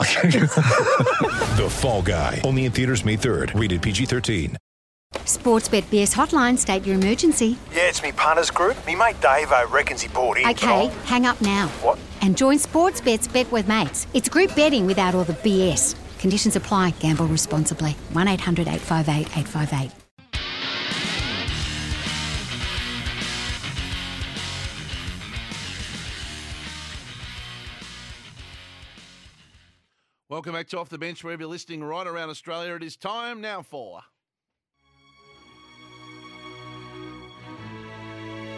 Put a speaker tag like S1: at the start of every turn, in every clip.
S1: The Fall Guy. Only in theaters May 3rd. Rated PG-13.
S2: Sportsbet BS hotline, state your emergency.
S3: Yeah, it's me partner's group. Me mate Dave, I reckons he bought in.
S2: Okay, hang up now.
S3: What?
S2: And join Sportsbet's Bet with Mates. It's group betting without all the BS. Conditions apply. Gamble responsibly. 1 800 858 858.
S4: Welcome back to Off the Bench, wherever you're listening right around Australia. It is time now for.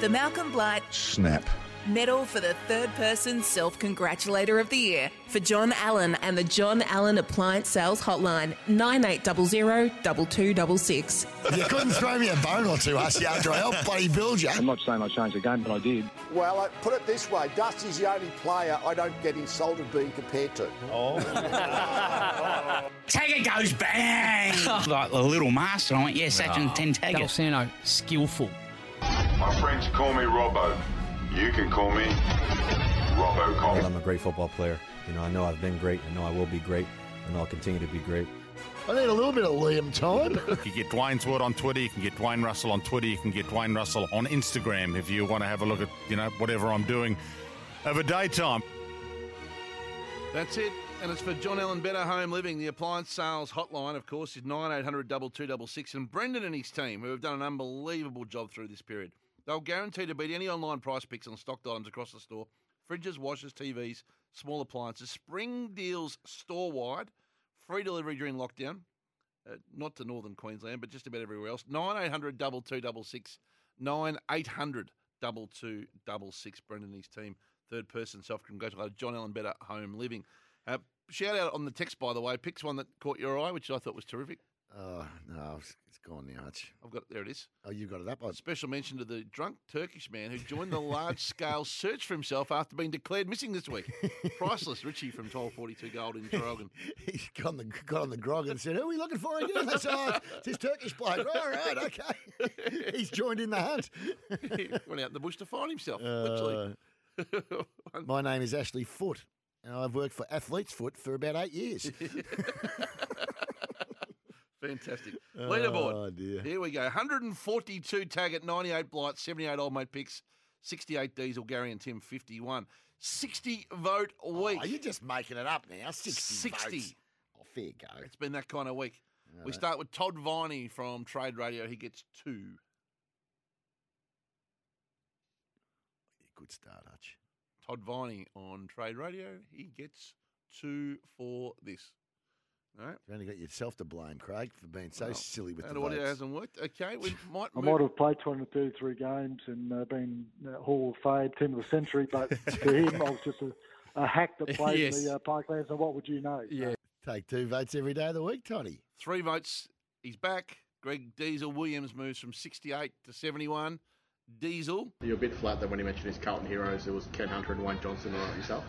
S5: The Malcolm Blight
S1: Snap.
S5: Medal for the Third Person Self Congratulator of the Year for John Allen and the John Allen Appliance Sales Hotline 9800 2266.
S6: You couldn't throw me a bone or two, Hussy, after I helped bloody build you.
S7: I'm not saying I changed the game, but I did.
S8: Well, I put it this way Dusty's the only player I don't get insulted being compared to.
S9: Tagger goes bang! like the little master. I went, yeah,
S10: Ah.
S9: Sachin, 10 Tagger. Del Sano, skillful.
S11: My friends call me Robbo. You can call me Robocop.
S12: Oh, I'm a great football player. You know, I know I've been great. I know I will be great, and I'll continue to be great.
S6: I need a little bit of Liam time.
S13: You can get Dwayne's word on Twitter. You can get Dwayne Russell on Twitter. You can get Dwayne Russell on Instagram if you want to have a look at you know whatever I'm doing over daytime.
S4: That's it. And it's for John Allen Better Home Living. The appliance sales hotline, of course, is 9800 2266. And Brendan and his team, who have done an unbelievable job through this period, they'll guarantee to beat any online price picks on stocked items across the store fridges, washers, TVs, small appliances. Spring deals store wide, free delivery during lockdown. Uh, not to northern Queensland, but just about everywhere else. 9800 2266. 9800 2266. Brendan and his team, third person self congratulator, John Allen Better Home Living. Uh, shout out on the text, by the way. Picks one that caught your eye, which I thought was terrific.
S8: Oh, no, it's it's gone now, Hutch.
S4: I've got there it is.
S8: Oh, you got it up. I,
S4: Special mention to the drunk Turkish man who joined the large scale search for himself after being declared missing this week. Priceless Richie from 1242 Gold in Drogan.
S6: he got on, the, got on the grog and said, Who are we looking for again? That's oh, it's this Turkish bloke. All right, okay. He's joined in the hunt.
S4: Went out in the bush to find himself. literally. One-
S6: My name is Ashley Foot, and I've worked for Athlete's Foot for about eight years.
S4: Fantastic. Leaderboard.
S6: Oh, dear.
S4: Here we go. 142 tag at 98 blight, 78 old mate picks, 68 diesel, Gary and Tim 51. 60 vote week.
S6: Oh, you're just making it up now. 60.
S4: 60.
S6: votes. Oh, fair go.
S4: It's been that kind of week. We start with Todd Viney from Trade Radio. He gets two.
S6: Good start, Hutch.
S4: Todd Viney on Trade Radio. He gets two for this. All right.
S6: You've only got yourself to blame, Craig, for being so
S4: Well,
S6: silly with
S4: that
S6: the
S4: audio
S6: votes.
S4: hasn't worked. Okay, we might.
S7: I
S4: move-
S7: might have played 233 games and uh, been uh, Hall of Fame, Team of the Century, but to him, I was just a, a hack that played
S4: Yes.
S7: the uh, Parklands, and what would you know? Yeah.
S6: Take two votes every day of the week, Toddy.
S4: Three votes. He's back. Greg Diesel Williams moves from 68 to 71. Diesel.
S14: You're a bit flat that when he mentioned his Carlton heroes, it was Ken Hunter and Wayne Johnson, not yourself.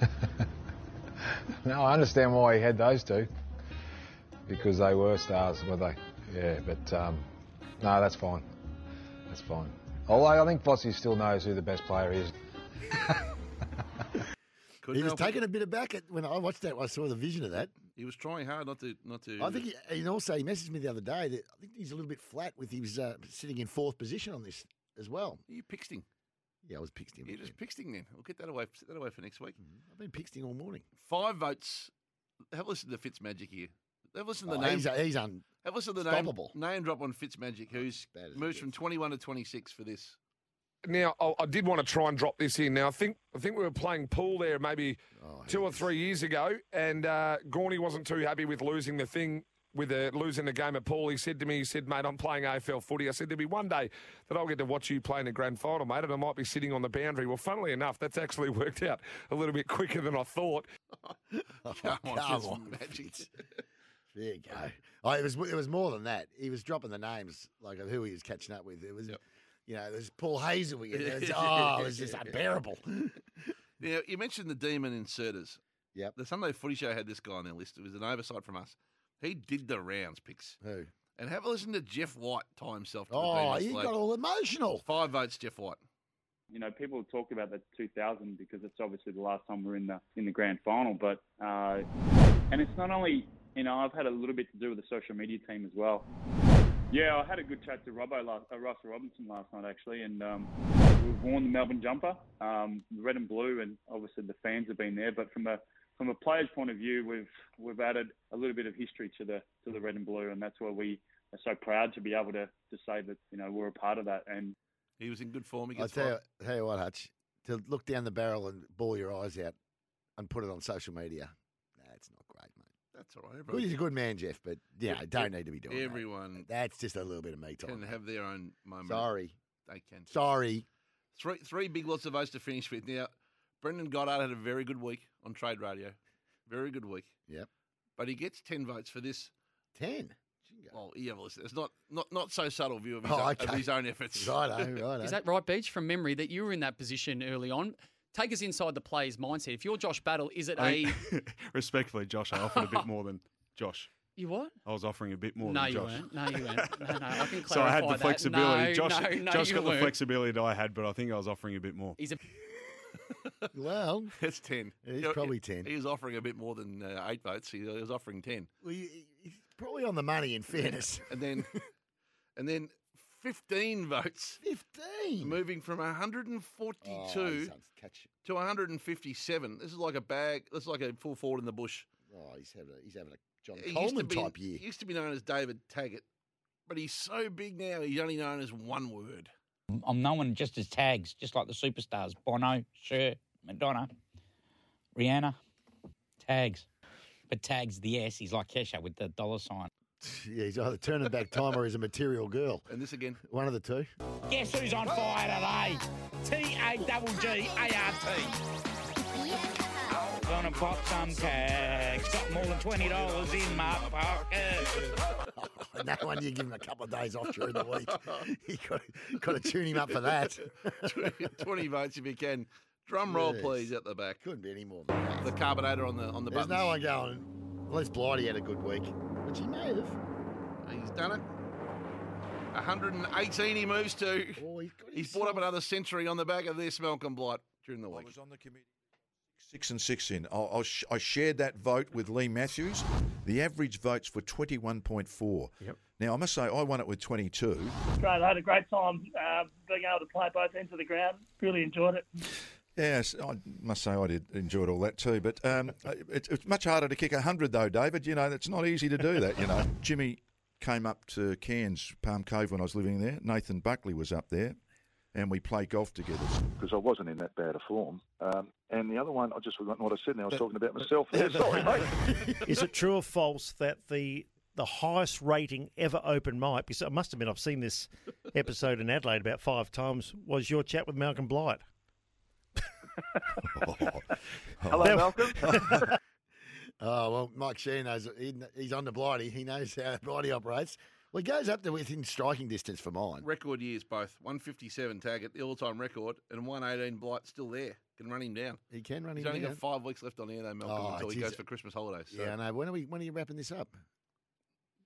S15: No, I understand why he had those two, because they were stars, were they? Yeah, but um, no, that's fine. That's fine. Although I think Fossey still knows who the best player is.
S4: Couldn't
S6: He was
S4: help it.
S6: taken a bit aback at, when I watched that. I saw the vision of that.
S4: He was trying hard not to not to.
S6: I think, he, and also he messaged me the other day that I think he's a little bit flat with he was uh, sitting in fourth position on this as well.
S4: you pixting.
S6: Yeah, I was pixing.
S4: You just pixting then. We'll get that away. Set that away for next week.
S6: I've been pixing all morning.
S4: Five votes. Have a listen to Fitz Magic here. Have a listen to
S6: Oh,
S4: the name.
S6: he's, he's un.
S4: Have a listen to the name.
S6: stoppable.
S4: Name drop on Fitz Magic, who's
S6: Bad as it
S4: moves from
S6: gets.
S4: 21 to 26 for this.
S16: Now, I, I did want to try and drop this in. Now, I think I think we were playing pool there maybe
S6: Oh,
S16: two or three years ago, and uh, Gorney wasn't too happy with losing the thing, with uh, losing the game at pool. He said to me, he said, mate, I'm playing AFL footy. I said, there'll be one day that I'll get to watch you play in a grand final, mate, and I might be sitting on the boundary. Well, funnily enough, that's actually worked out a little bit quicker than I thought.
S4: Oh, Come on,
S6: come
S4: Fitz
S6: on,
S4: Magic.
S6: Fitz. There you go. Oh, it was it was more than that. He was dropping the names like of who he was catching up with. It was, you know, there's Paul Hazelwood. and It was, oh, it was just unbearable.
S4: Now, you mentioned the demon inserters.
S6: Yep.
S4: The Sunday Footy Show had this guy on their list. It was an oversight from us. He did the rounds picks.
S6: Who?
S4: And have a listen to Jeff White tie himself to the
S6: Oh,
S4: demon
S6: you
S4: slate.
S6: got all emotional.
S4: Five votes, Jeff White.
S17: you know, people talk about the 2000 because it's obviously the last time we're in the in the grand final. But uh, and it's not only you know I've had a little bit to do with the social media team as well. Yeah, I had a good chat to Robbo last, uh, Russell Robinson last night actually, and um, we've worn the Melbourne jumper, um, red and blue, and obviously the fans have been there. But from a from a player's point of view, we've we've added a little bit of history to the to the red and blue, and that's why we are so proud to be able to to say that you know we're a part of that. And
S4: he was in good form
S6: I tell you, tell you what, Hutch, to look down the barrel and ball your eyes out and put it on social media. That's not great, mate.
S4: That's all right.
S6: Well,
S4: everyone
S6: he's a good man, Jeff, but you know, don't need to be doing that.
S4: Everyone
S6: That's just a little bit of me time.
S4: can have their own moment.
S6: Sorry.
S4: They can.
S6: Sorry.
S4: Three, three big lots of votes to finish with. Now, Brendan Goddard had a very good week on trade radio. Very good week.
S6: Yep.
S4: But he gets 10 votes for this.
S6: 10?
S4: Well, you have a listen. It's not, not, not so subtle view of his,
S6: Oh,
S4: own, of
S6: okay.
S4: his own efforts.
S18: Is that right, Beach? From memory, that you were in that position early on. Take us inside the player's mindset. If you're Josh Battle, is it
S10: I
S18: a
S10: think- respectfully, Josh, I offered a bit more than Josh.
S18: you what?
S10: I was offering a bit more
S18: no,
S10: than
S18: you
S10: Josh.
S18: weren't. No, you weren't. No, no, I can clarify
S10: So I had the
S18: that.
S10: flexibility.
S18: No,
S10: Josh,
S18: no, no,
S10: Josh
S18: you
S10: got the
S18: weren't.
S10: flexibility that I had, but I think I was offering a bit more.
S18: He's a
S6: well,
S4: it's 10.
S6: It is
S4: You know,
S6: probably
S4: he-
S6: 10.
S4: He was offering a bit more than uh, eight votes. He, he was offering 10.
S6: Well, you- he's probably on the money, in fairness.
S4: And then, and then 15 votes.
S6: 15?
S4: Moving from 142
S6: Oh,
S4: to 157. This is like a bag. This is like a full forward in the bush.
S6: Oh, he's having a, he's having a John
S4: He used to
S6: Coleman
S4: be-
S6: type year.
S4: He used to be known as David Taggart, but he's so big now he's only known as one word.
S19: I'm known just as tags, just like the superstars Bono, Cher, Madonna, Rihanna, tags. But tags the S, he's like Kesha with the dollar sign.
S6: Yeah, he's either turning back time or he's a material girl.
S4: And this again.
S6: One of the two.
S19: Guess who's on fire today? T A double G A R T. Gonna pop some tags. Got more than twenty dollars in my pocket.
S6: no wonder you give him a couple of days off during the week. you got to, got to tune him up for that.
S4: 20 votes if you can. Drum roll,
S6: Yes.
S4: please, at the back.
S6: Couldn't be any more than that.
S4: The carbonator on the on the
S6: There's
S4: buttons.
S6: no one going. Unless Blighty had a good week, which he may have.
S4: He's done it. 118 he moves to.
S6: Oh,
S4: he's brought up another century on the back of this Malcolm Blight during the week. I was on the committee.
S20: Six and six in. I, I, sh- I shared that vote with Lee Matthews. The average votes were 21.4. Yep. Now, I must say, I won it with 22.
S21: Great, I had a great time uh, being able to play both ends of the ground. Really enjoyed it.
S20: Yes, I must say I did enjoyed all that too. But um, it, it's much harder to kick 100, though, David. You know, it's not easy to do that, you know. Jimmy came up to Cairns, Palm Cove, when I was living there. Nathan Buckley was up there, and we played golf together.
S22: because I wasn't in that bad a form. Um, and the other one, I just forgotten what I said now. I was talking about myself. there. Sorry, mate.
S23: Is it true or false that the the highest rating ever open mic? Because I must admit, I've seen this episode in Adelaide about five times. Was your chat with Malcolm Blight?
S6: Hello,
S23: That-
S6: Malcolm. Oh, well, Mike Sheehan knows, he, kn- he's on the Blighty. He knows how Blighty operates. Well, he goes up to within striking distance for mine.
S4: Record years both. 157 Taggart, the all time record, and 118 Blight still there. Can run him down.
S6: He can run
S4: He's
S6: him
S4: only
S6: down.
S4: got five weeks left on air though, Malcolm,
S6: Oh,
S4: until he
S6: geez.
S4: goes for Christmas holidays. So
S6: Yeah, I know. When are, we, when are you wrapping this up?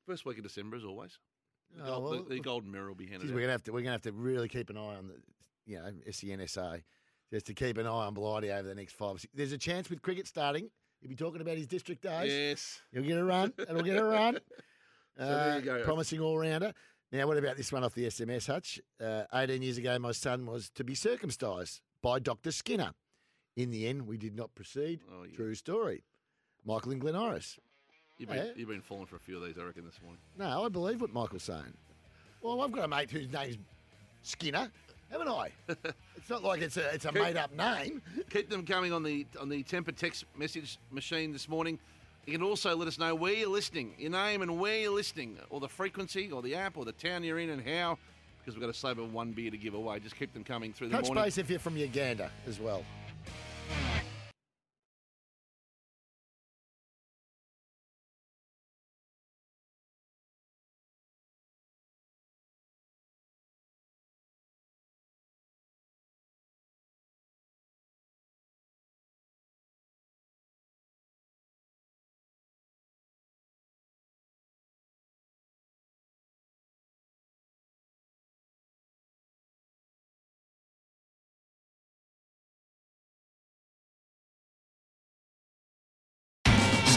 S4: First week of December, as always. The,
S6: Oh,
S4: gold,
S6: well,
S4: the, the golden mirror will be handed
S6: Geez,
S4: out.
S6: we're gonna have to we're gonna have to really keep an eye on the you know SENSA just to keep an eye on Blighty over the next five. Six. There's a chance with cricket starting. He'll be talking about his district days.
S4: Yes.
S6: He'll get a run. It'll get a run. Uh,
S4: So there you go.
S6: Promising all rounder. Now, what about this one off the SMS hutch? Uh, 18 years ago, my son was to be circumcised by Dr. Skinner. In the end, we did not proceed.
S4: Oh,
S6: True story. Michael and Glen Iris.
S4: You've been,
S6: Yeah.
S4: you've been falling for a few of these, I reckon, this morning.
S6: No, I believe what Michael's saying. Well, I've got a mate whose name's Skinner, haven't I? it's not like it's a it's a
S4: Keep-
S6: made up name.
S4: Keep them coming on the on the temper text message machine this morning. You can also let us know where you're listening, your name and where you're listening, or the frequency, or the app, or the town you're in, and how. Because we've got a save of one beer to give away. Just keep them coming through the
S6: Touch
S4: morning.
S6: base if you're from Uganda as well.